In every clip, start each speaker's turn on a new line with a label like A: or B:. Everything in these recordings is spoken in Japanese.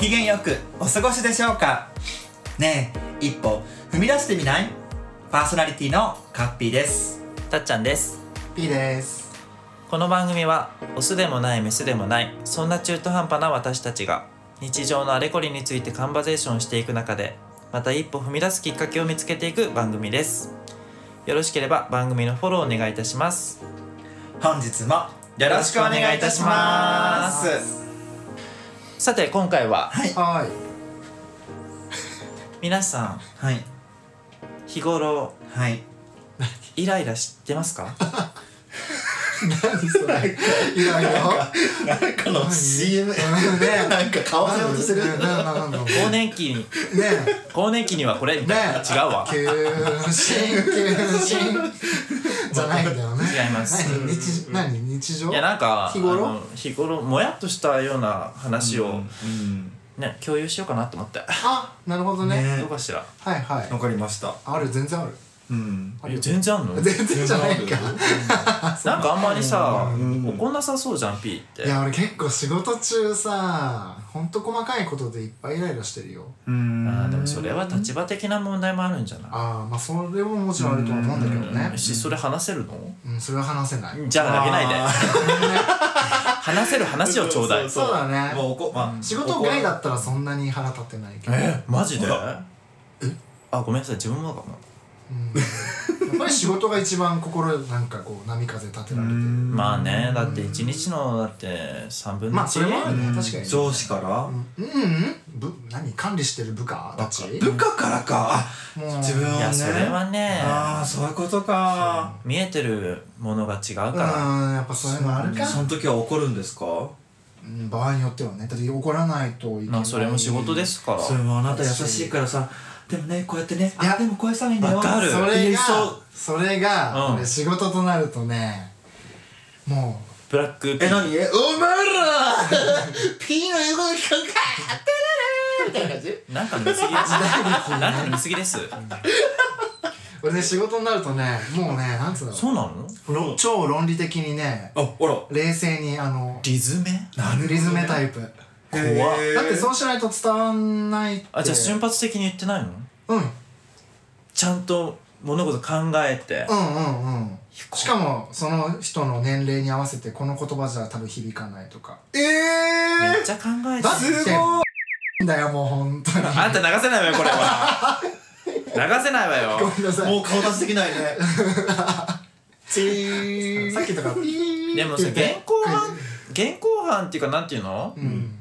A: 機嫌よくお過ごしでしょうかねえ一歩踏み出してみないパーソナリティのカッピーです
B: たっちゃんです
C: ピーです
B: この番組はオスでもないメスでもないそんな中途半端な私たちが日常のあれこれについてカンバゼーションしていく中でまた一歩踏み出すきっかけを見つけていく番組ですよろしければ番組のフォローお願いいたします
A: 本日もよろしくお願いいたします
B: さて今回は
A: はい
C: はい
B: 皆さん
A: はい
B: 日頃
A: はい
B: イライラしてますか
C: 何それいやいや
A: なんかの CM
C: ね
A: なんか買わせようとしてる
C: ねなんだろうね
B: 更年期に更年期にはこれみ
C: ね
B: たいな違うわ
C: 急進急進じゃないんだよね
B: 違います
C: 何日何日常
B: いやなんか
C: 日頃
B: あの日頃もやっとしたような話を
A: うん
B: ね共有しようかなと思って
C: あなるほどね
A: ね
B: どうかしら
C: はいはい
A: わかりました
C: ある全然ある
A: うん
C: あ
B: い
C: る
B: や
C: よ
B: 全然あんの
C: 全然じゃないか
B: なんかあんまりさ
A: うん
B: 怒んなさそうじゃん P って
C: いや俺結構仕事中さほんと細かいことでいっぱいイライラしてるよ
A: うん
B: あーでもそれは立場的な問題もあるんじゃない
C: ああまあそれももちろんあるとは思うんだけどね
B: うんしそれ話せるの
C: うんそれは話せない
B: じゃあ投げないで
A: あ
B: 話せる話をちょうだい
C: そうだね
A: もうおこまあ
C: 仕事外だったらそんなに腹立ってないけど、
B: えマジで
A: ほ
B: あごめんなさい自分もかも
C: うん、やっぱり仕事が一番心なんかこう波風立てられてる
B: まあねだって一日のだって3分の
C: まあそれもあ
B: 1
C: るね確かに
A: 上司から
C: うんうん部何管理してる部下たち
A: 部下からか
C: もう
A: あ自分をね
B: いやそれはね
A: ああそういうことか
B: 見えてるものが違うか
C: う
B: ら
C: んやっぱそういうのあるか
A: その時は怒るんですか
C: うん場合によってはねだって怒らないといけない
B: まあそれも仕事ですから
A: それもあなた優しいからさでもねこうやってね
C: い
A: あ
C: や
A: でもこうしたらいいんだよ
B: わかる
C: そ
B: 言
C: れ
B: い
C: が
B: そう
C: それ
B: う
C: が、
B: ん
C: 俺仕事となるとねも
B: ブラック
A: え
B: ピ
A: 何えお 前らピーの言うこと聞かんか
B: なんか見過ぎ ですなんか見過ぎです
C: う俺ね仕事になるとねもうねなんつうの
B: そうなの
C: ろ超論理的にね
A: あほら
C: 冷静にあの
B: リズメ
C: リズムタイプ
B: 怖っ
A: へー
C: だってそうしないと伝わんないって
B: あじゃあ瞬発的に言ってないの
C: うんうん
B: ちゃんと物事考えて
C: うんうんしかもその人の年齢に合わせてこの言葉じゃ多分響かないとか
A: え
B: めっ
A: え
B: ちゃ考えて
C: だってだよもう本当に
B: あんた流せないわよこれは 流せないわよ
C: ごめんなさい
A: もう顔出しでき ないねチー
C: さっきとかピー
B: でもさ
C: って言っ
B: 現
C: て
B: 行犯現行犯っていうかなんていうの
C: うん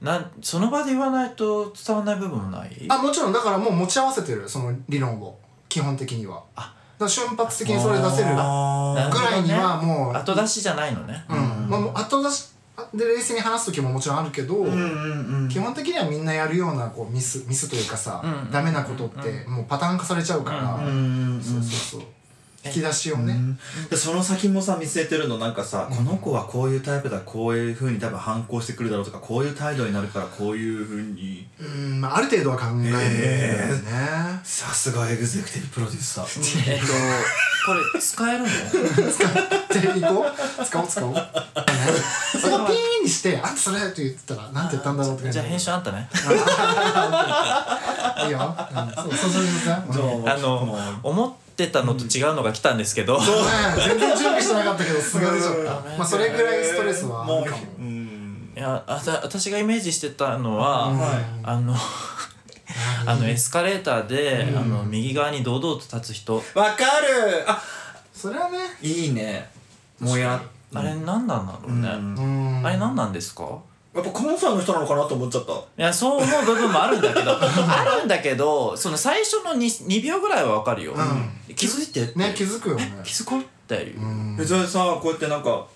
B: なんその場で言わないと伝わらない部分もない
C: あもちろんだからもう持ち合わせてるその理論を基本的には
B: あ
C: だから瞬発的にそれ出せるぐら
A: あ
B: ー
C: いにはもう
B: 後出しじゃないのね
C: うんまあもう後出しで冷静に話す時ももちろんあるけど、
A: ーうんうんうん
C: 基本的にはみんなやるようなこうミスミスというかさ、
B: うん
C: ダメなことってもうパターン化されちゃうから、
A: うんうんうん
C: そうそうそう
B: え
C: 引き出しを
A: う
C: ね、
A: んでその先もさ見据えてるのなんかさ、この子はこういうタイプだこういうふうに多分反抗してくるだろうとかこういう態度になるからこういうふうに
C: うんまあ、ある程度は考えるんだよね、
A: さすがエグゼクティブプロデューサー
B: えっとこれ使えるの
C: じゃあ行こう使おう使おうねそれをピーンにして「あんたそれ」って言ってたらなんて言ったんだろうって
B: じゃあ編集
C: あ
B: あんたね
C: いいよ、うん、そうそうそうそうそう
B: あの思ってたのと違うのが来たんですけど
C: ね全然準備してなかったけどすが出ちゃっ
A: う
C: た
A: ん
C: まあそれぐらいストレスはあるかも
A: ううん
B: いやあた私がイメージしてたのは、
C: うん
B: あのあのエスカレーターで、あの右側に堂々と立つ人、
A: わかるあ
C: それはね
A: いいねもや
B: あれ何なんだろうね、
C: うん
B: あれ何なんですか
A: やっぱ関西の人なのかなと思っちゃった
B: いやそう思う部分もあるんだけど あるんだけどその最初の 2, 2秒ぐらいは分かるよ、
C: う
B: 気づいてって
C: ね気づくよね
B: 気づこうっていう、
C: うん
A: えそれさこうやってなんか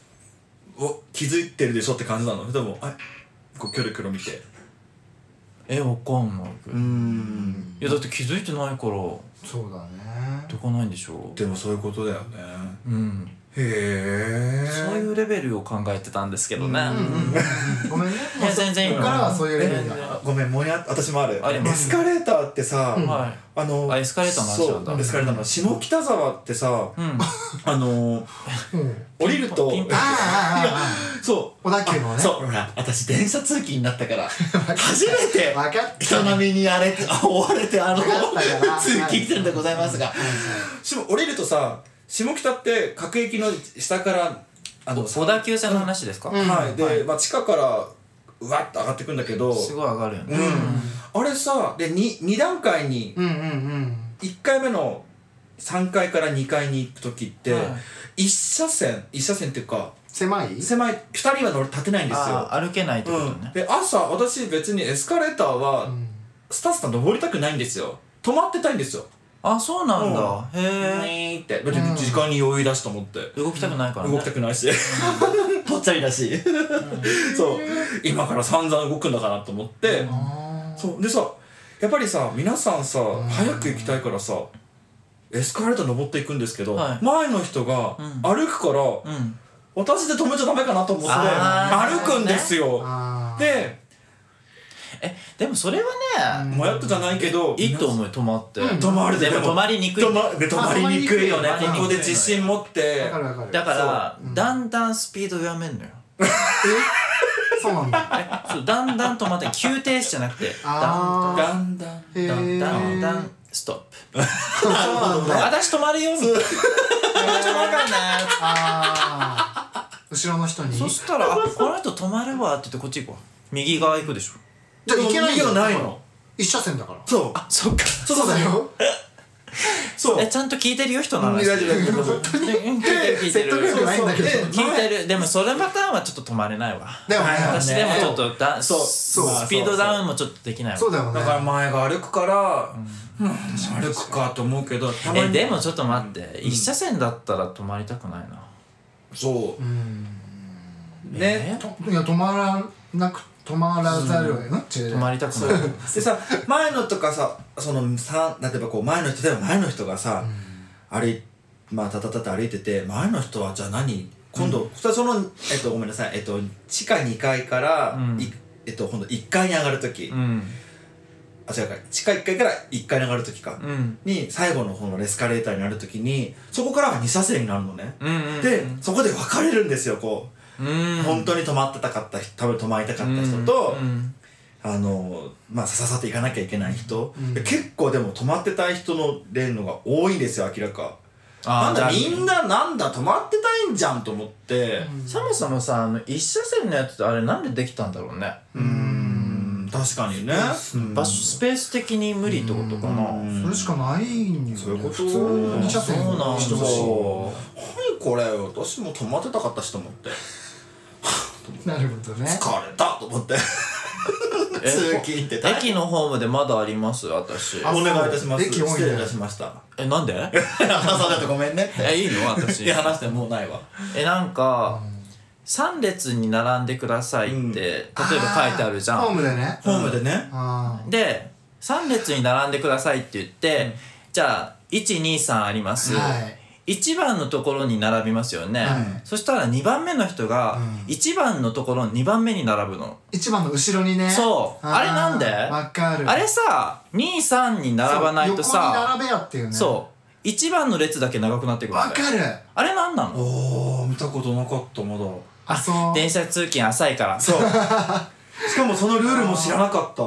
A: お気づいてるでしょって感じなのでもあこうキョロキョロ見て
B: えわかんないけど、い
A: ん
B: やだって気づいてないからど
C: そうだね
B: こないんでしょ
A: でもそういうことだよね
B: ううん
A: へへえ
B: そういうレベルを考えてたんですけどね、
A: うん
C: うんうんうんごめんね
B: いや全然いいよ
C: こっからはそういうレベル
B: 全然
C: だ
A: ごめんもやっ私もある
B: ありま
A: エ
B: す
A: スカレーターってさ、
C: うん
B: はい
A: あの
B: あエスカレーターの話なんだ
A: そうエスカレーターの話下北沢ってさ
B: うん
A: あの
C: うん
A: 降りると
B: ピンポンピンポン
C: ああ
A: そう
C: ああああ小田急のね
A: そうほら私電車通勤になったから初めて
C: 分かった
A: 人並みにあれあ追われてあの
C: わかったかな
A: 通勤してるんでございますがしも降りるとさ下北って各駅の下からあの
B: 小田急線の話ですか、
C: うん
A: はいで、
B: はい
A: まあ、地下からうわっと上がってくんだけど
B: すごい上がるよね、
A: うん、あれさで 2, 2段階に
C: うんうんうん
A: 1回目の3階から2階に行く時って、
B: はい
A: 一1車線1車線っていうか
C: 狭い
A: 狭い2人は乗る立てないんですよ
B: あー歩けないってことね、
A: で朝私別にエスカレーター
C: う
A: は
C: ん
A: スタスタ登りたくないんですよ止まってたいんですよ
B: あそうなんだ、
A: う
B: へえ
A: ーって別に時間に余裕だしと思って、
B: 動きたくないからね
A: 動きたくないし ぽっちゃりだしそう今から散々動くんだからと思って、
C: あー
A: そうでさやっぱりさ皆さんさ
C: ん
A: 早く行きたいからさエスカレーター登っていくんですけど、
B: はい
A: 前の人が
B: うん
A: 歩くから、
B: うん
A: 私で止めちゃダメかなと思って
B: あー
A: 歩くんですよ、
C: あー
A: で
B: えでもそれはね、
C: うん
A: 迷ってじゃないけど
B: いいと思うよ止まって、
C: うん
A: 止まる
B: でも止まりにくい
A: 止まで止まりにくいよね
B: あ止まり
A: ここ
B: にくいよね
A: で自信持って
C: わかるわかる
B: だから、
C: そううん
B: だんだんスピード弱めんのよ
C: えそうなんだ
B: えそうだんだん止まって急停止じゃなくてだ
C: あ
A: だんだん
B: ん
C: ー
B: だん
C: へー
B: だんだんストッ
C: そうなん
B: プ
C: だ
B: 私止まるよみたいな私止まるからね
C: ああ後ろの人に
B: そしたらあこの人止まるわって言ってこっち行くわ右側行くでしょ
C: じゃあいけないん
A: で
C: だよ
A: も右はないの
C: 一車線だから
A: そう
B: そっか
C: そうだよ
A: そう
B: えちゃんと聞いてるよ人の
A: 大
B: 話
A: 丈夫大丈夫
B: うん聞いてる聞いて
C: 説得
B: る
C: 力ないんだけど
A: そうそうで
B: 聞いてるでもそれパターンはちょっと止まれないわ
C: だよね
A: はい
B: 私でもちょっとだ
A: そう
C: そう
B: スピードダウンもちょっとできないわ
C: そうだよね
A: だから前が歩くから、うん、歩くかと思うけどたま
B: え
A: に
B: でもちょっと待って一車線だったら止まりたくないな
A: そう
C: うん
A: ね、
C: いや止まらなく止まらざるを得な
B: 止まりたくない
A: でさ前のとかさそのさ例えばこう前の人例えば前の人がさ、歩いまあたたたた歩いてて前の人はじゃあ何今度、そそのえっとごめんなさいえっと地下2階から、
B: うん
A: いえっと今度1階に上がる時、
B: うん
A: あ違うか地下1階から1階に上がる時か、
B: うん
A: に最後の方のエスカレーターになる時にそこからは2車線になるのね、
B: うんうん
A: でそこで分かれるんですよこう、
B: うん
A: 本当に止まってたかった人多分止まりたかった人と、
B: うん
A: あのまあさささって行かなきゃいけない人、
C: うん
A: で結構でも止まってたい人の例のが多いんですよ明らかな
B: あ
A: ん
B: ー
A: だ
B: だ
A: みんななんだ止まってたいんじゃんと思って
B: そもそもさあの一車線のやつってあれなんでできたんだろうね
A: うんん確かにね、うん
B: 場所スペース的に無理ってことか
A: う
B: なん
C: それしかないんよ
A: そういうこと
C: 普通二車線
B: そうなんだ
C: してほ
A: そうはいこれ私も止まってたかったしと思って
C: しいなるほどね
A: 疲れたと思って
B: え
A: 通勤って大変
B: 駅のホームでまだあります私
C: あ
A: お願いいたします
C: 駅多いね
A: 失礼いたしました
B: え なんで
A: そうだってごめんねって
B: えいいの私
A: いや話してもうないわ
B: えなんか3列に並んでくださいって、
A: うん
B: 例えば書いてあるじゃ
C: ホー
B: ん
C: ムでね
A: ホームでね
C: あー
B: で3列に並んでくださいって言って、じゃあ123あります、
C: はい
B: 一1番のところに並びますよね、
C: はい
B: そしたら2番目の人が
C: うん
B: 1番のところに2番目に並ぶの、
C: 一番の後ろにね
B: そう
C: ー
B: あれなんで
C: わかる
B: あれさ23に並ばないと
C: そう横
B: さ
C: に並べやっていうね
B: そう1番の列だけ長くなってくるんだ
C: わ
B: よ
C: かる
B: あれなんなの
A: おー見たことなかったまだ
C: あそう
B: 電車通勤浅いから
A: そうしかもそのルールも知らなかった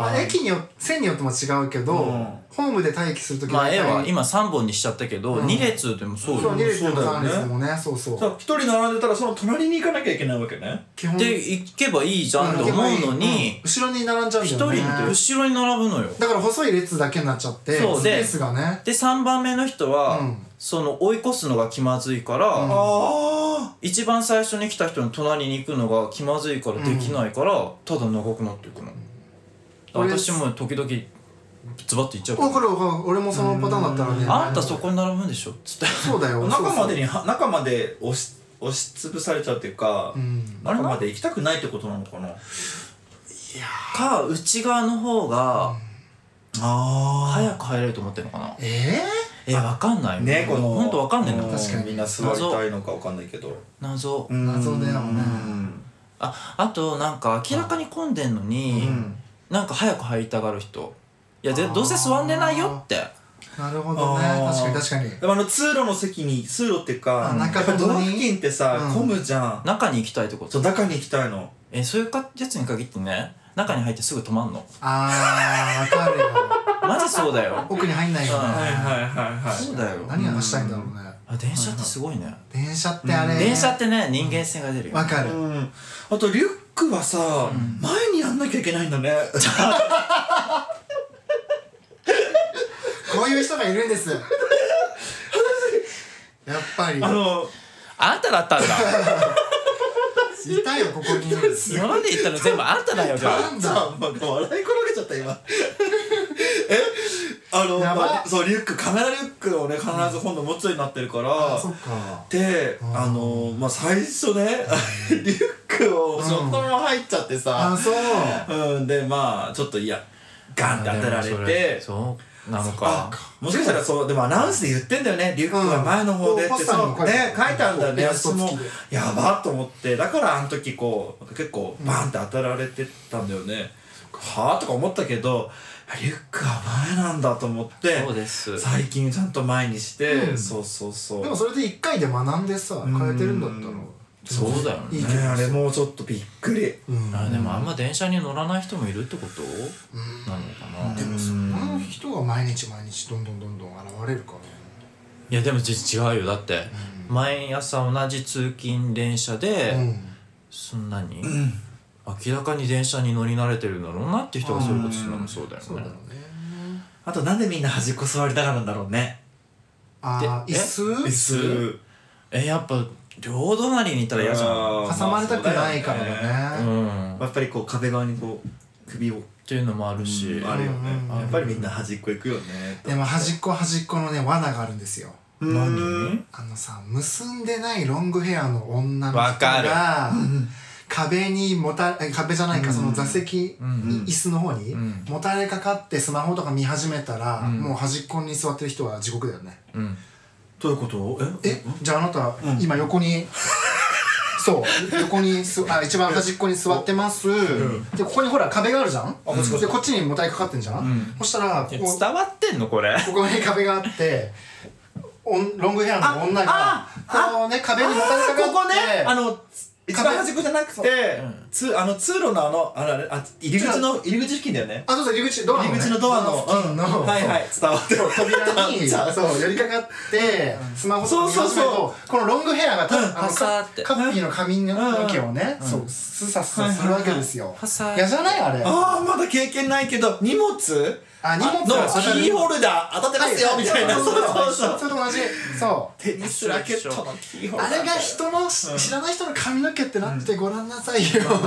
C: まあ、駅によ線によっても違うけど、
A: うん
C: ホームで待機するとき
B: まあ絵は今3本にしちゃったけど、
C: うん
B: 2列でもそう
C: そう
B: よ
C: 2列でも
A: そうだよ
C: 3
A: ね
C: 列でもねそうそう
A: さ一人並んでたらその隣に行かなきゃいけないわけね
C: 基本
B: で行けばいいじ
C: う
B: ゃんと
C: ん
B: 思うの
C: うん
B: に
C: 後ろに並んじゃうん
B: 1
C: だ
B: 人
C: よね
B: 後ろに並ぶのよ
C: だから細い列だけになっちゃって
B: そう
C: スペ
B: で
C: ースがね
B: で3番目の人は、
C: うん
B: その追い越すのが気まずいから、
C: うん
A: あ
B: 一番最初に来た人の隣に行くのが気まずいからできないから、ただ長くなっていくの、
C: 俺
B: 私も時々ズバッと行っちゃうか
C: わからるわかる俺もそのパターンだったらね
B: あんたそこに並ぶんでしょつって
C: そうだよ
A: あ中まで
C: に
A: には中まで押し押しつぶされちゃうっていうか、
C: うん
A: 中まで行きたくないってことなのかな
B: か内側の方が
A: あ
B: 早く入れると思ってるのかな
C: え
B: えわかんない
A: ねこの
B: ほんとわかんないんだ
A: う
B: もん
C: 確かに
A: みんな座りたいのかわかんないけど
B: 謎、
C: 謎だよね
A: うん
B: ああとなんか明らかに混んでんのに、
A: うん
B: なんか早く入りたがる人いやで
C: あー
B: どうせ座んでないよって
C: なるほどね
A: あー
C: 確かに確かに
A: でもあの通路の席に通路っていうか
C: あ中
A: やっぱ
C: ほど
A: 道
C: に
A: 路付近ってさ
C: うん
A: 混むじゃん
B: 中に行きたいってこ
A: そう
B: と
A: 中に行きたいの
B: えそういうかやつに限ってね中に入ってすぐ止まんの
C: あーわかるよ
B: マジそうだ よ
C: 奥に入んないよね、
B: はい
A: いはいは
B: そうだよ
C: 何話したいんだろうね、
B: あ電車ってすごいね、
C: 電車ってあれ、
B: 電車ってね人間性が出るよ
C: わかる、
A: うん、あとリュックはさ、前にやんなきゃいけないん だね
C: こういう人がいるんです。やっぱり。
A: あの
B: あんただったんだ
C: いたよ、ここに。
B: 今まで言ったの全部あんただよじゃあ
C: なん
A: さ
C: だ
A: あ、まあ、笑い転げちゃった 今えあの、
C: やば
A: まあ、そうリュックカメラリュックをね必ず今度持つようになってるから、
C: あ、そっか。
A: で
C: うん
A: あのまあ最初ね リュックを
C: ん
A: そのまま入っちゃって
C: あ、
A: さ、
C: そう。
A: うん、でまあちょっといやガンって当てられて
B: そうなの
A: あ
B: か
A: もしかしたらそうでもアナウンスで言ってんだよねリュックは前の方でって、
C: うん
A: そ
C: こう
A: う
C: ポスターに
A: ね
C: も
A: 書
C: 書
A: い
C: いて
A: た
C: ある
A: んだね
C: こうイラス
A: 私
C: ト
A: も
C: 付きで
A: やばっと思ってだからあの時こう結構バンって当てられてたんだよね、はあとか思ったけどリュックは前なんだと思って
B: そうです
A: 最近ちゃんと前にして、
C: うん
A: そうそうそう
C: でもそれで一回で学んでさ、
A: ん
C: 変えてるんだったら。
B: そうだよね
C: いいけ
A: ね
C: ど
A: あれもうちょっとびっくり
C: うん
B: あでもあんま電車に乗らない人もいるってことなのかな、
C: で
B: い
C: もその人が毎日毎日どんどんどんどん現れるからね。
B: やでもち違うよだって、毎朝同じ通勤電車で、
C: うん。
B: そんなに、明らかに電車に乗り慣れてるんだろうなって人がそういうことするのもそうだよね、
C: そうだろうね。
A: あとなんでみんな端っこ座りたがるんだろうね
C: あー、
B: で
C: 椅子
A: 椅子
B: えやっぱ両隣にいたら嫌じゃ
A: あー
C: 挟まれたくないから
A: まあそうだよね
C: だ
B: ん
C: ね。
B: うんっ
A: やっぱりこう壁側にこう首を
B: ていうのもあるし、
A: あるよね
C: うんうんうん
A: やっぱりみんな端っこ行くよね
C: でも端っこ端っこのね、罠があるんですよ。
A: 何
C: あのさ結んでないロングヘアの女の
B: わ
C: 人
B: かる
C: が壁にもたえ壁じゃないか、その座席、
B: ん
C: 椅子の方に、
B: ん
C: もたれかかってスマホとか見始めたら、もう端っこに座ってる人は地獄だよね
B: うん
A: どういうことえ
C: えじゃああなた、今 横にそう横にすあ一番端っこに座ってます、でここにほら壁があるじゃん、
A: こっちこっち
C: でこっちにもたれかかってんじゃん、そしたらこ
B: え
C: う
B: 伝わってんのこれ
C: ここに壁があって、おんロングヘアの女が
A: あ、
C: こうね、壁にもたれかかって、
A: ここねあの一番端っこじゃなくて
B: ん
A: つあの通路のあのあのあれあ入り口の入り口付近だよね
C: あ、そうそう、入り口、ドアの、
A: 入り口のドアの
C: 付近の、
A: うんはいはい伝わってる
C: 扉に、
A: 伝わっ
C: そう、寄りかかって、スマホとか見
A: そうそう
C: 始める
A: そ
C: と、このロングヘアがた、あ
B: パ
C: の
B: サーって
C: カッピーの髪の毛をね、そう、スサスサするわけですよ
B: パサー。
C: 嫌じゃないあれ。
A: ああまだ経験ないけど荷物
C: あ荷物は当た
A: の
C: る
A: キーホルダー当たってますよみたいな
C: そ
A: そうう
C: そ
A: そうう
C: そ。
A: そうう
C: それと同じ。そう。
A: テニスラケットのキーホルダ
C: あ
A: ー
C: れが人の、知らない人の髪の毛ってなってごらんなさいよ。
B: しかも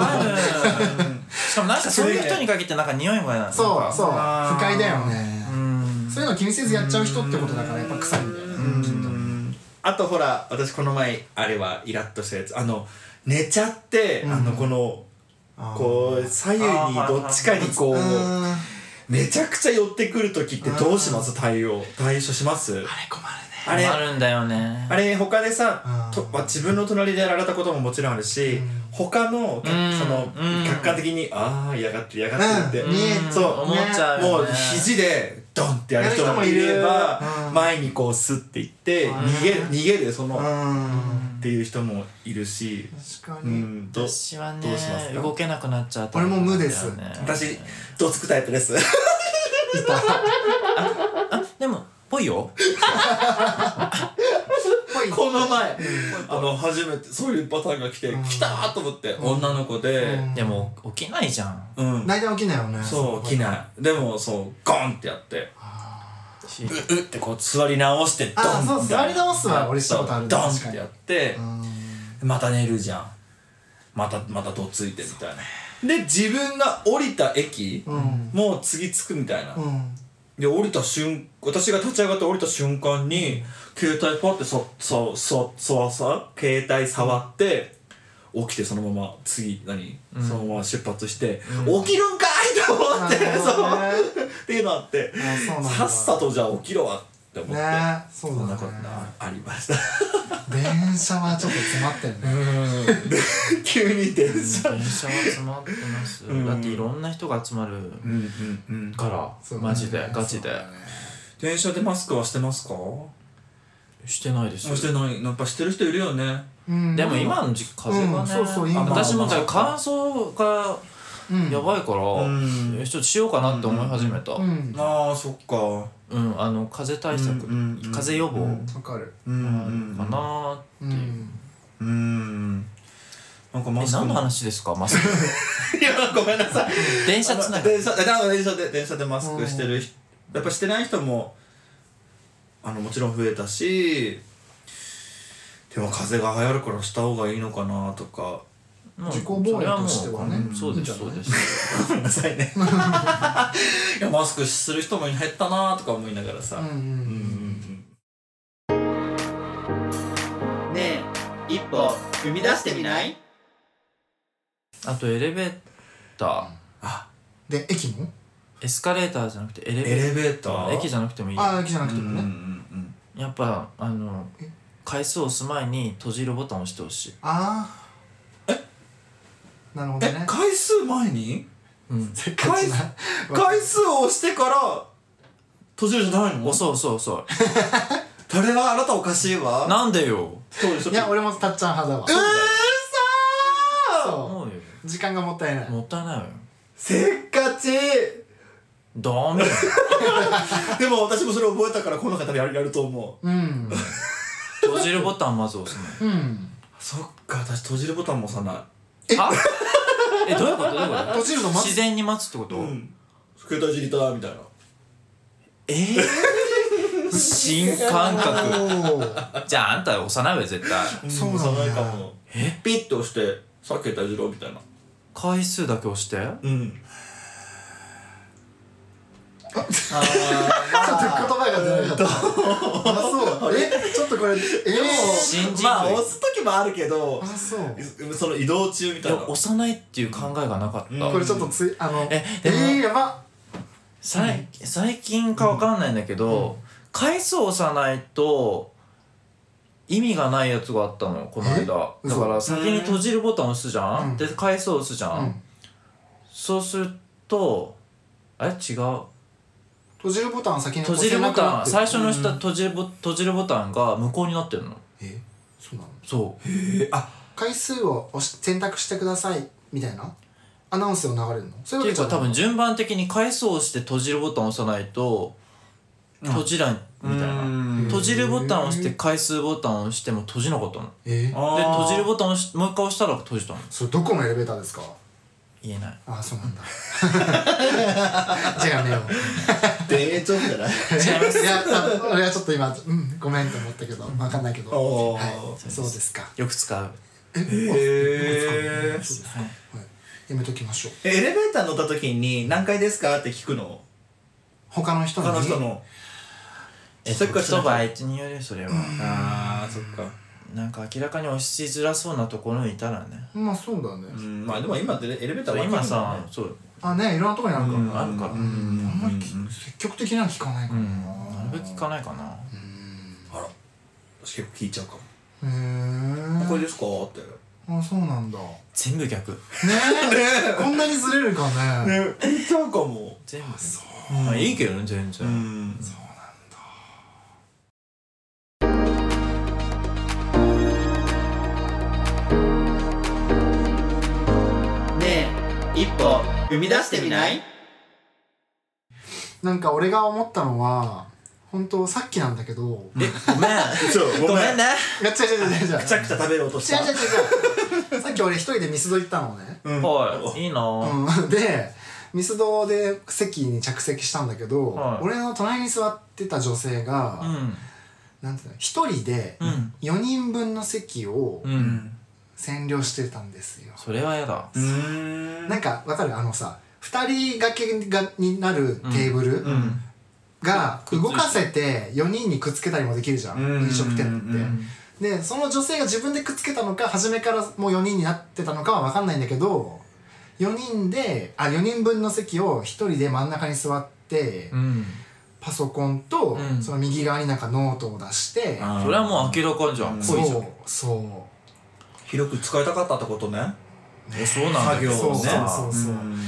B: なんかそういう人に限ってなんか匂いもやな
C: そうそう不
A: あー
C: 快だよね
B: うん
C: そういうの気にせずやっちゃう人ってことだからやっぱ臭いんだよねきっと
A: あとほら私この前あれはイラッとしたやつあの寝ちゃって、あのこの
C: あー
A: こう左右にどっちかにこう
C: あ
A: めちゃくちゃ寄ってくる時ってどうします対応対処します
C: れ困
A: あれ
B: あるんだよね
A: あれ他でさ
C: うん
A: と、まあ、自分の隣でやられたことももちろんあるし、他のそ
B: うん
A: の
B: うん
A: 客観的に「ああ嫌がってる嫌がってる」
C: うん
A: って、
C: ね
A: そう
B: 思っちゃう
A: も
B: よ
A: う
B: ね
A: 肘でドンってやる人もい
C: や
A: れ
C: る人
A: ば
C: もいるうん
A: 前にこうスッていって逃げる逃げるその、
C: る
A: っ
C: ね
A: ていう人もいるし、
C: 確か
A: う
C: に
A: ん、ど
B: 私はね
A: どうしますか
B: 動けなくなっちゃった
C: 俺も無です
A: 私どつくタイプです
B: あでもぽいよ
C: ぽ い
A: この前あの初めてそういうパターンが来て
C: ん
A: 来たーと思って女の子で
C: うん
B: でも起きないじゃん
A: うん
C: 大体起きないよね
A: そう起きないでもそうゴンってやって
B: し
A: ううってこう座り直してドン
C: あそう座り直すは俺した
A: そ
C: こ
A: う
C: とある
A: ドン
C: 確
A: っ
C: か
A: て
C: に
A: やってまた寝るじゃんまたまたどついてみたいなで自分が降りた駅
C: うん
A: もう次着くみたいな
C: うん
A: で降りた瞬私が立ち上がって降りた瞬間に携帯パッてそそそそさ携帯触って起きてそのまま次何、そのまま出発して、起きるんかいと思って、
C: なるほどね
A: そうっていうのあって
C: あそうなんだ
A: さっさとじゃあ起きろわって
B: 思って、
C: ねそう
A: そん
C: だ
A: なこ
C: ね
A: とあありました
C: 電車はちょっと詰まってるね
A: 急に電車
B: 電車は詰まってます、
A: うん
B: だっていろんな人が集まる
A: うんうんうん
B: から、
C: そうだね
B: マジでガチで、
C: そうだね
A: 電車でマスクはしてますか
B: してないですよ
A: してないやっぱしてる人いるよね
C: うん
B: でも今の時期風がね、
C: うんそうそう今
B: 私もだから
A: まあま
B: 乾燥が
C: うん
B: やばいから、
A: ん
B: ちょっとしようかなって思い始めた、うん
C: うんわ
A: ああそっか
B: あの風邪対策、
A: うんうんうん
B: 風邪予防、
A: うん
C: かる
A: うんうん
B: かなーっ
C: う
B: ていう、
C: ん
A: うんなんか
B: え
A: マスク
B: 何の
A: も
B: 話ですかマスク
A: いやごめんなさい
B: 電車つながり
A: 電車なんか電車で電車でマスクしてる人やっぱしてない人もあのもちろん増えたしでも風邪が流行るからした方がいいのかなとか
B: もう
C: 自己防衛としてはね
B: うんそうです
C: いい
B: そ
C: ん
B: う
C: じゃな
B: で
C: い
B: す
A: ごめんなさいねいやマスクする人も減ったなとか思いながらさ、
C: うんう
A: うんうん
C: ん
A: うん
D: ねえ一歩踏み出してみない
B: あとエレベーター
A: あ
C: で駅も
B: エスカレーターじゃなくてエレベ
A: エ
B: ー
A: レベータ
B: タ
A: ー
B: ー駅じゃなくてもいい
C: ああ駅じゃなく
A: うん
C: て
A: う
C: も
A: んう
C: ね
A: ん
B: やっぱあの
C: え
B: 回数を押す前に閉じるボタンを押してほしい、
C: ああなるほど
A: え
C: ね
A: 回数前に
B: うん、
C: せっか
A: 回
C: ち
A: 数
C: な
A: 回数を押してから閉じるじゃないの
B: 押そうそうそ
A: 誰があなたおかしいうわ
B: なんでよ
A: そうでしょ
C: いや俺もたっちゃん派だ
A: う
C: わ
A: ーそ
C: そ
B: 思うよ
C: う時間がもったいない
B: もったいないよ
A: せっかち
B: ダメよ
A: でも私もそれ覚えたからこの方やるやると思う
C: うん
B: 閉じるボタンまず押すの
C: うん
A: そっか私閉じるボタンも押さない
B: あ えどういうことどういうこと
C: 閉じるの待つ
B: 自然に待つってこと、
A: ん携帯知りたいみたいな
B: え ー新感覚
C: おー
B: じゃああんた押さないわよ絶対
C: そうなんだ
A: 押さないかもえピッと押してさっき携帯知ろうみたいな
B: 回数だけ押して
A: うん
C: ちょっと言葉が出なかったあそうえちょっとこれえー
B: 新人類
A: まあ押す時もあるけど
C: あそう
A: その移動中み
B: い
A: たい
B: や
A: な
B: 押さないっていう考えがなかった、
A: うん
C: これちょっとついあの
B: えで
C: え
B: も
C: ーやば
B: さい最近かわかんないんだけど、回数を押さないと意味がないやつがあったのよこの間
C: え
B: だから先に閉じるボタン押すじゃん、
C: うん
B: で回数を押すじゃん、
C: うん
B: そうするとあれ違う
C: 閉じるボタンは先に
B: 閉
C: 押
B: じ
C: せ
B: る
C: な
B: ボ
C: くな
B: タ
C: っ
B: ン
C: て
B: 最初の下閉じるボ閉じるボタンが無効になってるの
C: えそうなの
B: そう
C: 回数を押し選択してくださいみたいなアナウンスを流れるのそう
B: っ
C: い
B: て
C: う
B: いうか
C: わけじゃない
B: 多分順番的に回数を押して閉じるボタンを押さないと閉じないみたいな
A: な
B: 閉じるボタンを押して回数ボタンを押しても閉じなかったので
C: えー
B: 閉じるボタンを押しもう一回押したら閉じたの
C: それどこのエレベーターですか
B: 言えない
C: あそうなんだじゃあやめよう
A: デートじゃない
C: 違いますいやあ俺はちょっと今うんごめんと思ったけどわかんないけど
A: お
C: はいそうですか
B: よく使う
A: へー
C: そうですかはいやめときましょう
A: エレベーター乗った時に何階ですかって聞くの
C: 他の人に
A: 他の人の
B: えっ
A: そっ
B: と
A: かそっ
B: 人
A: か
B: が相手によるよそれは
A: あーそっか
B: なんか明らかに押しづらそうなところにいたらね
C: まあそうだね
A: うんまあでも今ってエレベーター分けるもんね
B: 今さそう
C: あねいろんなとこにあるから
A: うん
B: あるから
A: うん
C: あんまりき積極的には聞かないか
B: う
C: ら
B: ん
C: な
B: なるべく聞かないかな
A: あら私結構聞いちゃうかも「
C: へ
A: これ
C: え
A: ですか?」って
C: あそうなんだね
B: 全部逆
C: えこんなにずれるかね
A: ね聞いちゃうかも
B: 全部まあいいけどね全
A: う
B: 然
A: ん
D: ねえ一歩踏み出してみない
C: なんか俺が思ったのは本当さっきなんだけど
B: えごめん
A: そう
B: ごめんね
C: いや違う違う違う違う違う違う違
A: くちゃくちゃ食べようとした
C: う違うさっき俺一人でミスド行ったのね
A: うん
B: はいいいな
C: うん でミスドで席に着席したんだけど、
B: はい
C: 俺の隣に座ってた女性が、
B: うん
C: なんていうの一人で
B: うん
C: 4人分の席を
B: うん、
A: うん
C: 占領してたんですよ、
B: それはやだ
A: うーん
C: なんかわかるあのさ2人掛けがになるテーブル
B: うん
C: が
B: くっついて
C: 動かせて4人にくっつけたりもできるじゃん、
A: うん
C: 飲食店だって、
A: うん
C: でその女性が自分でくっつけたのか初めからもう4人になってたのかは分かんないんだけど4人であ4人分の席を1人で真ん中に座って
B: うん
C: パソコンと、
B: うん
C: その右側になんかノートを出して、
A: あー
B: それはもう明らかじゃん、
A: うん
C: そ
B: そううじゃん
C: そ
A: 広く使いたかったってことね
B: えそうなんだ
A: 作
B: よ
A: 業をね
C: そうそうそうそうん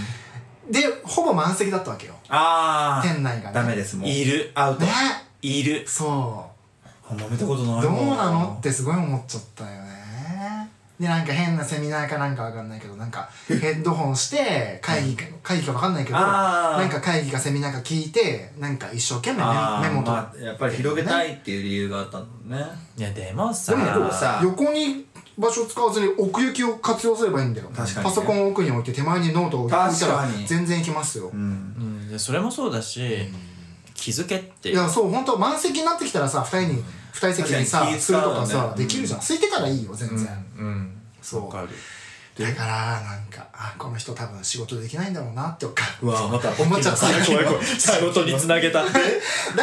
C: うでほぼ満席だったわけよ
A: ああ
C: 店内がね
A: ダメですもう
B: いる
A: アウト
C: ね
B: いる
C: そ
A: あんま見たことないうわ
C: どうなのってすごい思っちゃったよねでなんか変なセミナーかなんかわかんないけどなんかヘッドホンして会議か会議かわかんないけど
A: あー
C: なんか会議かセミナーか聞いてなんか一生懸命
A: あー
C: メメモと
A: まあやっぱり広げたいっていう理由があったのね
B: いやでもさ
C: でもこう
A: さ
C: 横に場所を使わずに奥行きを活用すればいいんだよ
A: 確かにね
C: パソコンを奥に置いて手前にノートを置いたら
A: 確かに
C: 全然いきますよ、
A: うん
B: うん、いやそれもそうだし、気づけって
C: いやそう本当満席になってきたらさ二人に二人席にさ
A: 確かに気
C: す
A: 使
C: る
A: う
C: と
A: よね
C: かさできるじゃん空いてたらいいよ全
B: うん
C: 然、
B: うん
C: そう
B: わかる
C: だからなんかあこの人多分仕事できないんだろうなってか
A: う わまた
C: 思っちゃった
A: 怖い怖い
B: 仕事につなげた
C: だ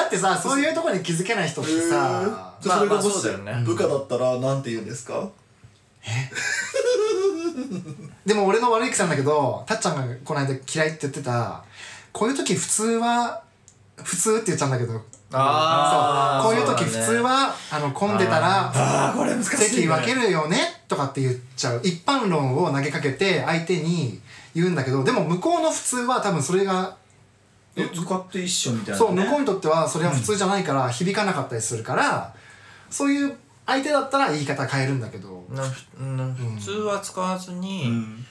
C: ってさそういうところに気づけない人ってさ
B: じゃあそれがもしまあまあそうだよね
A: 部下だったらなんて言うんですか
C: でも俺の悪い癖なんだけどたっちゃんがこの間嫌いって言ってたこういう時普通は普通って言っちゃうんだけど
B: あー
C: そうこういう時
B: そうだ
C: 普
B: ね
C: 通は、あの混んでたら
A: あーこれ難しいね
C: 席分けるよねとかって言っちゃう一般論を投げかけて相手に言うんだけどでも向こうの普通は多分それが
A: え使って一緒みたいなね
C: そう向こうにとってはそれは普通じゃないから響かなかったりするから、そういう相手だったら言い方変えるんだけど
B: なな普通は使わずに、
A: うん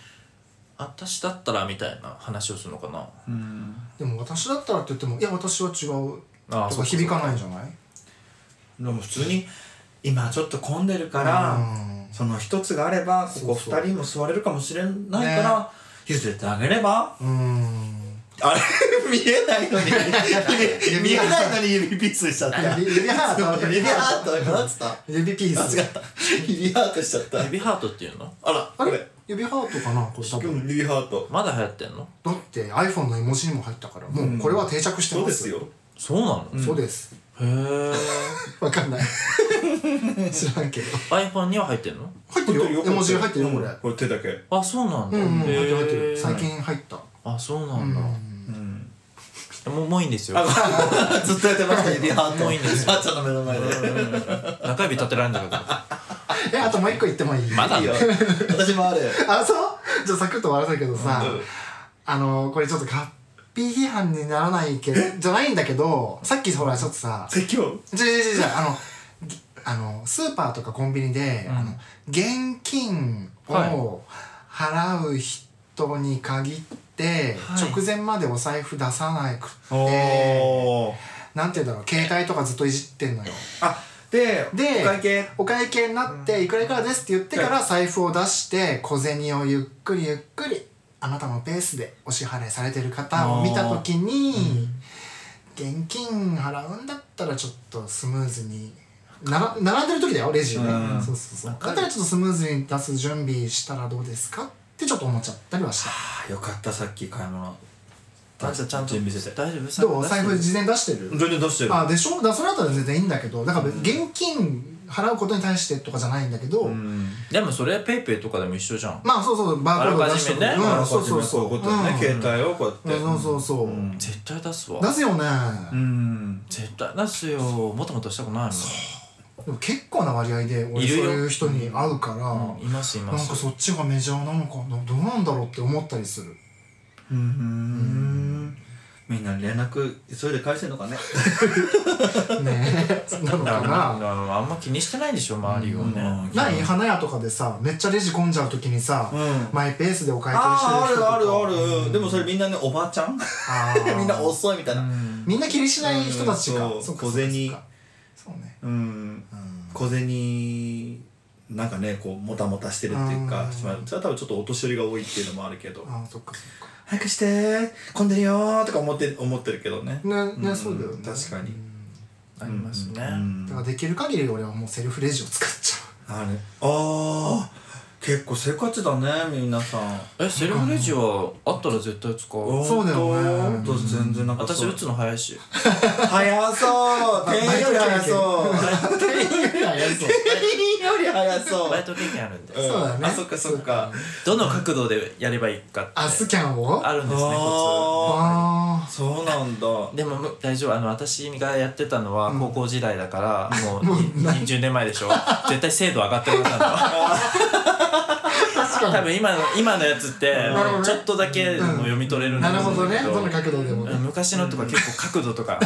B: 私だったらみたいな話をするのかな
A: うん
C: でも私だったらって言ってもいや私は違う
B: あー
C: と
B: そ
C: か
B: うそう
C: 響かないんじゃない
A: でも普通に今ちょっと混んでるから、
C: うん
A: その一つがあればここ
C: そうそう
A: 二人も座れるかもしれないから、譲ってあげれば
C: うん
A: あれ 見えないのに見えないのに指ピースしちゃった
C: 指指ハート
A: 指ハート何つった
C: 指ピー
A: あ
C: ス
A: 違った 指ハートしちゃった
B: 指ハートっていうの
A: あらこ
C: あれ
A: れ
C: 指ハートかなこれ多分
A: うん指ハート
B: まだ流行ってんの
C: だって iPhone の絵文字にも入ったからもうこれは定着して
A: そう
C: ま、
A: ですすよ
B: そうなの、
C: そうです
B: へえ
C: わかんない 知らんけど
B: iPhone には入ってんの
C: 入ってるよ絵文字が入ってるよ
A: うん
C: これ
A: これ手だけ
B: あそうなんだ、
C: うん
B: へ
C: うん入って
B: ー
C: る入ってる最近入った
B: あそうなんだ、
A: うん
B: もうもういいんですよ
A: ずっとやってました指ハート
B: もういいんですよ
A: あっちゃんの目の前で
B: 中指立てられんだけど
C: えあともう一個言ってもいい
B: まだ
A: いいよ私もある
C: あそうじゃあサクッと終わらせるけどさ、あのこれちょっとカッピー批判にならないけど じゃないんだけどさっきほらちょっとさ
A: 説教
C: じゃじゃじゃじゃあのぎあのスーパーとかコンビニで、
B: うん
C: あの現金を払う人に限っ
B: はい
C: て、直前までお財布出さなくって、
A: おー
C: なんて言うんだろう携帯とかずっといじってんのよ
A: あで
C: で
A: お会計
C: お会計になって「いくらいくらです」って言ってから財布を出して小銭をゆっくりゆっくりあなたのペースでお支払いされてる方を見た時に、現金払うんだったらちょっとスムーズになら並んでる時だよレジをね、
A: うん
C: そうそうそう
B: わか
C: だ
B: る
C: ったらちょっとスムーズに出す準備したらどうですかってちょっと思っちゃったりはし
A: あよかったさっき買い物
B: あじゃあちゃんと
A: 準備してて
B: 大丈夫
C: たどうお財布事前出してる、
A: 全然出してる
C: あでしょだからそれだったら全然いいんだけどだから現金払うことに対してとかじゃないんだけど、
A: うん
B: でもそれペイペイとかでも一緒じゃん
C: まあそうそうバーコード出して
B: あらかじめね
A: あ
C: う
A: らこ
C: んそ
A: っ
C: う
A: ち
C: そ
A: も
C: う
A: そ
C: そうう
A: こういうことね、
C: うん
A: 携帯をこうやって
C: うんそうそうそう、
A: うん
B: 絶対出すわ
C: 出すよね、
A: うん
B: 絶対出すよもともとしたくないもん
C: でも結構な割合で俺
B: い
C: そう
B: るよ
C: いう人に会うから、
B: うんいますいま
C: なんか
B: す
C: そっちがメジャーなのかなどうなんだろうって思ったりする
A: うんうんみんな連絡急いで返してんのか ね
C: ねえそんなの
B: だ
C: か
B: から
C: な
B: あんま気にしてないでしょ周り
A: う
B: をね
A: ん
C: ない花屋とかでさめっちゃレジ混んじゃう時にさ、
A: うん
C: マイペースでお会計して
A: ああ
C: る人と
A: る
C: か
A: あるある、でもそれみんなねおばあちゃん
C: あ ー
A: みんな遅いみたいな
C: みんな気にしない人たちか、
A: うん
C: そっか
A: 小銭
C: そっかそうね
A: うん小銭なんかねこうもたもたしてるっていうか
C: うん
A: しまうそれは多分ちょっとお年寄りが多いっていうのもあるけど
C: ああそっかそっか
A: 早くしてー混んでるよーとか思って思ってるけどね
C: ね
A: う
C: ね
A: ん
C: そうだよね
A: 確かに
B: ありますね
A: うん
C: だからできる限り俺はもうセルフレジを使っちゃ
A: あ
C: う
A: れあー結構せっかちだね皆さん
B: えセルフレジはあったら絶対使う
C: そうだよね
A: ほんと全然なんか
B: 私
A: そう
B: 打つの早いし
A: 早そう店員より早そう 店員より早そう
B: バイト経験あるんで
A: ん
C: そうだね
A: あそっかそっか
B: どの角度でやればいいかって
C: あスキャンを
B: あるんですね
A: あ
B: コ
C: あ
A: そうなんんだ
B: でもむ大丈夫あの私がやってたのは
C: うん
B: 高校時代だから、もうに20年前でしょ絶対精度上がってるはずなんだわ
C: 確か
B: 多分今の今のやつって
C: なるほどね
B: ちょっとだけも読み取れる
C: に
B: んだ
C: な
B: と
C: る
B: 思
C: ほ
B: う
C: ど
B: んだ
C: ね
B: け
C: どの角度でもね
B: 昔のとか結構角度と か、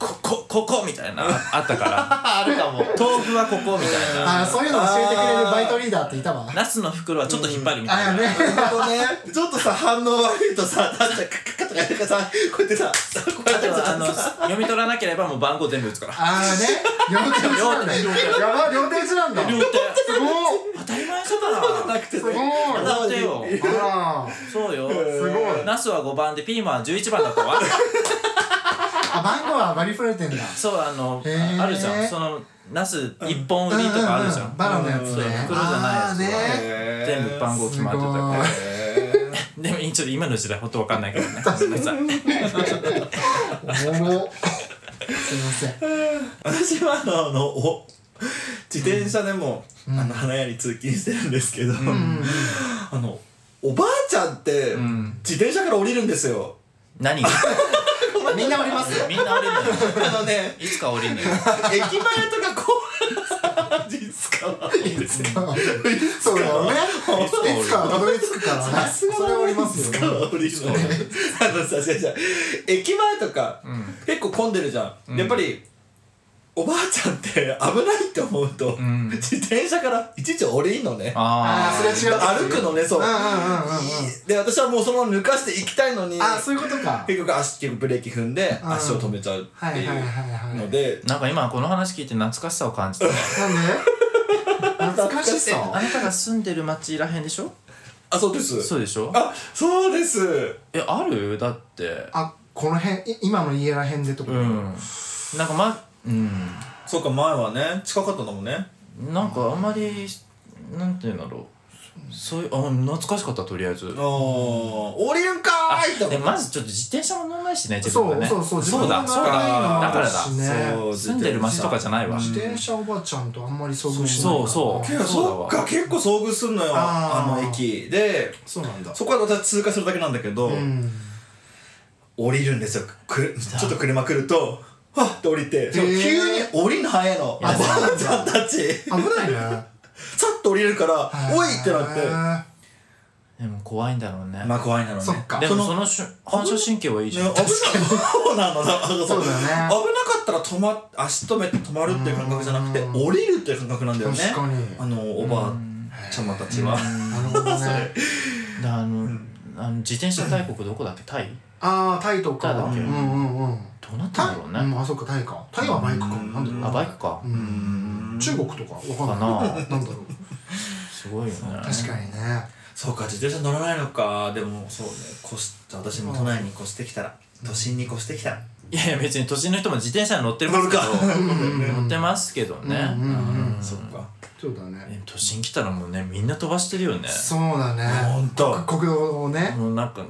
B: ここここみたいなあったから
D: あるかも
B: 豆腐はここみたいな
C: ああそういうの教えてくれるバイトリーダーっていたわ
B: ナスの袋はちょっと引っ張るみたい
C: あ
B: な、
C: あね
A: あとねちょっとさ反応悪いとさだってカカカとかやるからさこうやってさこうやっ
B: あ
A: て
B: とはあの
A: さ
B: 読み取らなければもう番号全部打つから
C: ああね 両手打ちなんだ
B: 両手
C: やばい両手打ちなんだ
B: 両手
C: すご
B: 当たり前かな
A: なくてね
C: すごい
B: 両手よ
C: いあら
B: そうよ
C: すごい
B: ナスは5番でピーマンは11番だったわ
C: あ番号はバリ振られてんだ
B: そうあの
C: へー
B: あるじゃんそのナス1本売りとかあるじゃん,、
C: うううバラのや
B: そ
C: つ
B: う
C: ね
B: 袋じゃないやつは
C: あーね
A: へー
B: 全部番号決まってたから
C: す
A: へ
B: でもちょっと今の時代ほんとわかんないけど ねごめんなさい
C: ごいおもろすいません
A: ー私はあのあのお自転車でも、
C: うん
A: あの花屋に通勤してるんですけど、
C: うん
A: あのおばあちゃんって、
B: ん
A: 自転車から降りるんですよ
B: 何が
C: みんなおります
B: みんな降りんのよ
A: あのね
B: いつか降りんのよ
A: 駅前とかこう いつかは
C: そうだよね。
B: い
C: い
B: つ
C: つ
B: か
C: か
B: は
C: はたどり着くからね。
A: さすが
C: それはあります
A: いつ
C: よ
A: か
C: ね。
A: は降りるのねあのさ違う違う駅前とか、結構混んでるじゃん、
B: うん
A: やっぱりおばあちゃんって危ないって思うと、
B: うん
A: 自転車からいちいち降りんのね
C: ああー、それは違う。
A: 歩くのねそう、
C: うんうんうんうんうん。
A: で私はもうそのまま抜かして行きたいのに
C: あ、そういうこと か。
A: 結局足結局ブレーキ踏んで
C: うん
A: 足を止めちゃうって
C: はい
A: い
C: はいはいうはい。な
A: の
C: んで
A: で
B: なんか今この話聞いて懐かしさを感じたね
C: 懐かし
B: えあ
C: さ
B: なたが住んでる町らへんでしょ
A: あそうです
B: そうでしょ
A: あそうです
B: えあるだって
C: あ、この辺、い今の家ら辺でとか。
B: うんなんかまうん
A: そうか前はね近かったんだもんね
B: なんかあんまりなんていうんだろうそういうあ懐かしかったとりあえず
A: ああ降りるんかーいって思
B: で
A: っ
B: まずちょっと自転車も乗んないしね自
C: そ
B: 分が
C: う
B: ね
C: そうそう、自
B: そう
C: 分
B: だ
C: が
B: そう
C: 仲いい
B: だ
C: のも
B: だからだ
C: あるしね
A: だそう
B: 住んでる町とかじゃないわ
C: 自転車おばあちゃんとあんまり遭遇しない
B: そうそう
A: たいやそっか結構遭遇すんのよ
C: あ
A: あ
C: ー
A: の駅で
C: そうなんだ
A: そこは私通過するだけなんだけど、
C: うん
A: 降りるんですよくるちょっと車来るとはっって降りて、
C: ー
A: でも急に降りるの早いのおば
C: や
A: あちゃんたち
C: 危な いね
A: さっと降りるから「おい!」ってなって
C: て
B: でも怖いんだろうね
A: まあ怖いなのね
C: そっか
B: でも
A: そ
B: そ
A: の
B: のしゅ反射神経はいい
A: ね
B: じ
A: 危
B: ゃ
A: なんいそうなのだそう
C: そうだよね
A: 危なかったら止ま足止めて止まるっていう感覚じゃなくて
C: うん
A: 降りるっていう感覚なんだよね
C: 確かに
A: あのおばあちゃまたちは
C: なるほどね
B: だあのあの自転車大国どこだっけタイ
C: ああタイとか
B: タイだっけ
C: うんうんうん
B: どうなってん
C: タ
B: だ
C: イ
B: ろう
C: う
B: ね
C: んあそっかタイかタイはバイクか
A: うん
C: なんだろう
B: あバイクか
C: うん中国とかわかんないなんだろう
B: すごいよね
C: 確かにね
A: そうか自転車乗らないのかでもそうね越し私も都内に越してきたら都心に越してきたら
B: いやいや別に都心の人も自転車に乗ってますけど乗ってますけどね
C: うんうん
B: うん
A: そっか
C: そうだね
B: ね都心来たらもうねみんな飛ばしてるよね
C: そうだね
A: ほんと
C: 国道をね
B: もうなんか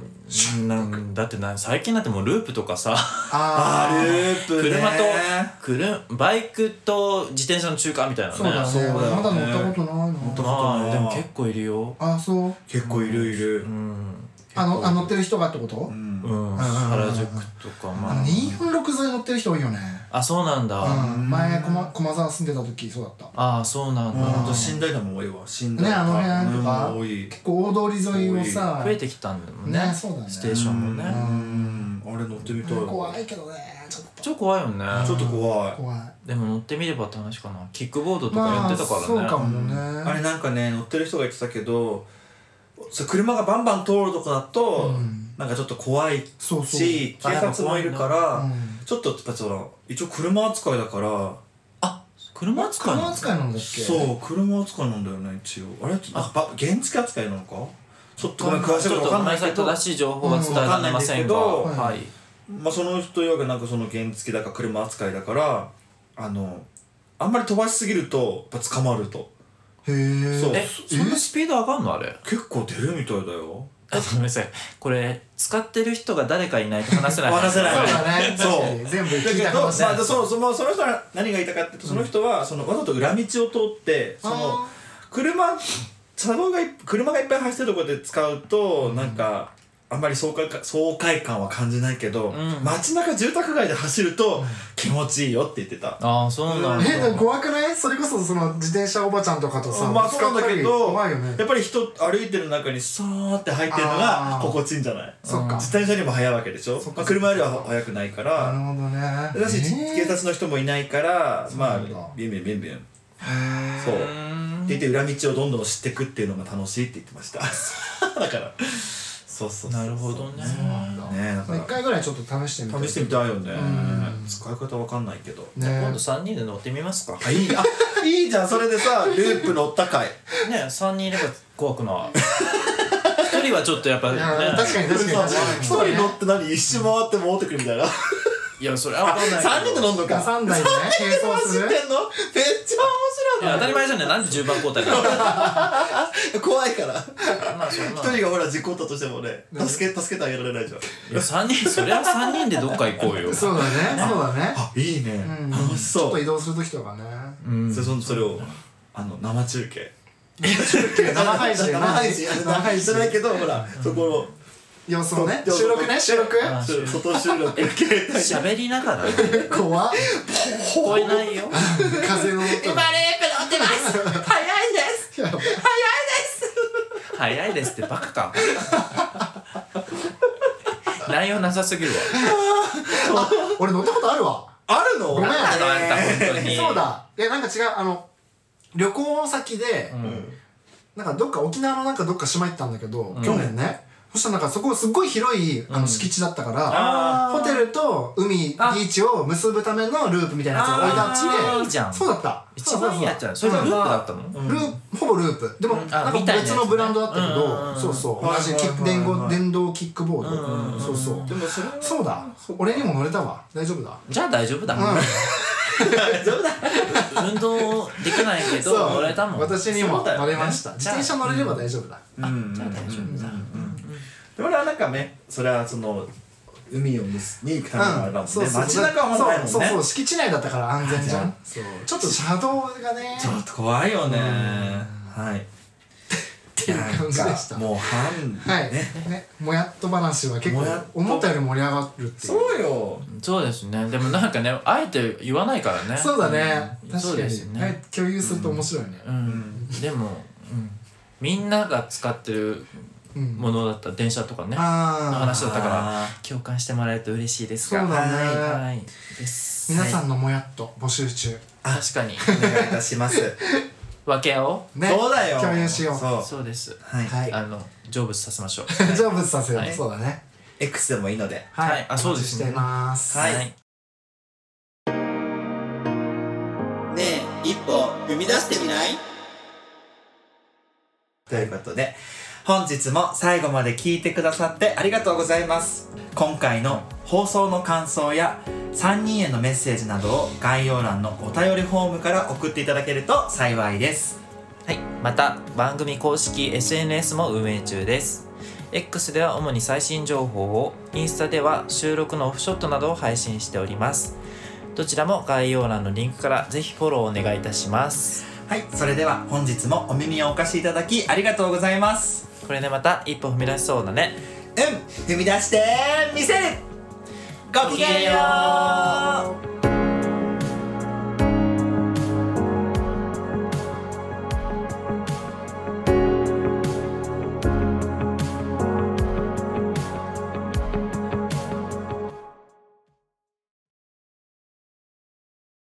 B: なんだってな最近だってもうループとかさ
A: あ
C: あー
A: ループね
B: 車とくるバイクと自転車の中間みたいなね
C: そうだ
A: そうだ
C: ね
A: よね
C: まだ乗ったことないの
B: まあでも結構いるよ
C: あそう
A: 結構いるいる
B: うん、
C: あのあ乗ってる人がってこと
A: うん
B: うん、原宿とか
C: あ
B: ま
C: の
B: あ
C: 246沿い乗ってる人多いよね
B: あそうなんだ、
C: うん前駒駒沢住んでた時そうだった
B: ああそうなんだ、
A: ほんと寝台だもん多いわ寝台
C: ねあの辺とか
A: うん多い
C: 結構大通り沿いをさ
B: 増えてきたんだもんね
C: ねそうだね
B: ステーションもね、
A: うんあれ乗ってみたい
C: 怖いけどねちょっと
B: 超怖いよね
A: ちょっと怖い
C: 怖い
B: でも乗ってみればって話かなキックボードとかやってたからね、
C: まあ、そうかもね、
A: あれなんかね乗ってる人が言ってたけどそう車がバンバン通るとこだと、
C: うん
A: なんかちょっと怖い
C: そうそう、
A: し
B: そう
A: 警察もいるから、
C: うん
A: ちょっとやっぱその一応車扱いだから
B: あ車扱いな
C: 車
B: の
C: 扱いなんだっけ
A: そう車扱いなんだよね一応あれちょっと
B: あ
A: ば原付扱いなのかちょっとごめん詳しいこと分かんないけ
B: ちょっとごめん
A: ど
B: なさ正しい情報は伝えられませんが、
A: うん
C: わかん
B: は
C: ない
B: い、
A: まあその人いわくなんかその原付だか車扱いだからあのあんまり飛ばしすぎるとやっぱ捕まると
C: へえ
A: そう
B: えそんなスピード上がんのあれ
A: 結構出るみたいだよ
B: あごめんなさいこれ使ってる人が誰かいないと話せない
A: 話せない
C: そうだね
A: そう
C: 確かに全部
A: だ
C: 聞い
A: け
C: た
A: ど、まあ、
C: 話だ
A: そのそのその人は何が言いたかっていうとその人はそのわざと裏道を通ってその
C: あ
A: 車車道がい車がいっぱい走ってるところで使うとなんかあんまり爽快か爽快感は感じないけど、
B: うん
A: 街中住宅街で走ると気持ちいいよって言ってた、
B: ああそうなんだ
C: えでも怖くないそれこそその自転車おばちゃんとかとさ
A: まあ
C: ぶつ
A: そ
C: か
A: う
C: っ
A: なん
C: た
A: だけ
C: り
A: ど、
C: 怖いよね
A: やっぱり人歩いてる中にさーって入ってるのが
C: あー
A: 心地いいんじゃない
C: そっか
A: 自転車にも速いわけでしょ、
C: そっか
A: まあ、車よりは速くないか
C: なる
A: ら
C: ほどね
A: だし、
C: えー
A: 警察の人もいないからまあ
C: そうなんだ
A: ビュンビュンビュンビュンってそ
B: う
A: う
B: ーん
A: 言って裏道をどんどん知ってくっていうのが楽しいって言ってましただからそうそうそう
B: なるほどね
C: そうなんだ
A: ねだ
C: 一
A: か
C: 回ぐらいちょっと試してみ
A: ら試して
C: み
A: みたいよね
C: うん
A: 使い方わかんないけど
B: 今
C: ね
B: 度3人で乗ってみますかね
A: あいいあいいじゃんそれでさループ乗ったかい
B: 3人いれば怖くない一人はちょっとやっぱ
C: い
B: ね
C: や確かに確かに確かに
A: 一人乗って何一周回って戻ってくるみたいな
B: いやそれは分かんないけど
A: 三人で乗んのか
C: 3台でね並走
A: 走
C: す
A: ってんの
C: る
A: めっち
B: い
A: ゃ
B: や
A: 面
B: 当たり前じゃないなんで10番交代なの
A: 白い怖いから
B: まあそんな
A: 一人がほら事故ったとしてもね助け助けてあげられないじゃん
B: いや3人そりゃ3人でどっか行こうよ
C: そうだねそうだね
A: あいいね
C: うん
A: 楽し
C: ちょ
A: そ
C: っと移
A: う
C: 動する時とかね
B: うん
A: それそのそれをあの生中継
C: 生配信
A: 生配信
C: 生配信
A: じゃないけどほらそこを
C: 様子をね
A: そう
C: 収録ね収録
B: あ
A: そう外収録携帯
B: 喋りながらね
C: 怖っ
B: 聞こえないよ
C: 風の音が
B: 早いですってバカか内容なさすぎるわ
C: 俺乗ったことあるわ
A: あるの
C: ごめん
B: あんたあんた本当に
C: そうだえなんか違うあの旅行先で、
B: うん
C: なんかどっか沖縄のなんかどっか島行ったんだけど、
B: ん
C: 去年ねそしたらなんかそこすっごい広いあ
B: う
C: の
B: ん
C: 敷地だったか
A: あ
C: ら、ホテルと海ビ
B: あ
C: ーチを結ぶためのループみたいなやつを置いてあ
B: あ
C: っ
B: ー
C: て
B: いいじゃん
C: そうだった
B: 一番いいやつじゃんそれ
C: う
B: が
C: ん
B: ループだったの
A: うん
C: ループほぼループでも、
B: うんあ
C: なん
B: みた
C: か
B: いなやつ
C: 別
B: ね
C: のブランドだったけど、
B: うんうんうん
C: そうそう
A: はい
C: 同じキック
A: はいはい
C: 電
A: は
C: 動
A: い
C: 電動キックボー
B: う
C: ド、
B: んうんうん
C: そうそう
A: でもそれは
C: そうだ
A: そっか
C: 俺にも乗れたわ大丈夫だ
B: じゃあ大丈夫だ
C: う
B: 運動できないけ
C: ん
B: ど乗れたもん
C: 私に
A: そ
C: も
A: うだよね
C: 乗れました自
B: じゃあ
C: 転車乗れれば大丈夫だ
A: うん
B: じゃあ大丈夫だ
A: で俺はなんかねそれはその海を見すに行くためのあれだもんね
C: そうそう
A: 街中はまだないもんね
C: そうそうそう敷地内だったから安全じゃ
A: あ
C: んそうちょっと車道がね
A: ちょっと怖いよねはいって
C: いう感じでした
A: もう半
C: はい
A: ね
C: ねもやっと話は結構
A: もやっと
C: 思ったより盛り上がるっていう
A: そうよ
B: そうですねでもなんかねあえて言わないからね
C: そうだね
B: うんそ
C: 確
B: う
C: か
B: です
C: には
B: ね
C: い共有すると面白いね
B: うん、でも、うん、みんなが使ってる
C: うん
B: ものだった電車とかねの
C: ああ
B: 話だったから
A: あ
B: 共感してもらえると嬉しいですが
C: そうだね
B: はい、はい、です
C: 皆さ
B: は
C: んのもやっと募集中
B: い確かに
A: お願いいたします
B: 分け合お
C: ね
A: そうだよ
C: 共有しよう
A: そう
B: うそうです
A: はい、
C: はい
B: あの成仏させましょう
C: 成仏させよ
B: は
C: う
B: い
C: そうだね
A: X でもいいので
B: はいあそうですね
C: お待ちしてます
A: はい
D: ねえ一歩踏み出してみない
A: ということで本日も最後まで聞いてくださってありがとうございます今回の放送の感想や3人へのメッセージなどを概要欄のお便りフォームから送っていただけると幸いです
B: はい、また番組公式 SNS も運営中です X では主に最新情報をインスタでは収録のオフショットなどを配信しておりますどちらも概要欄のリンクからぜひフォローお願いいたします
A: はいそれでは本日もお耳をお貸しいただきありがとうございます
B: これでまた一歩踏み出しそうだね
A: うん踏み出してみせるごきげんよう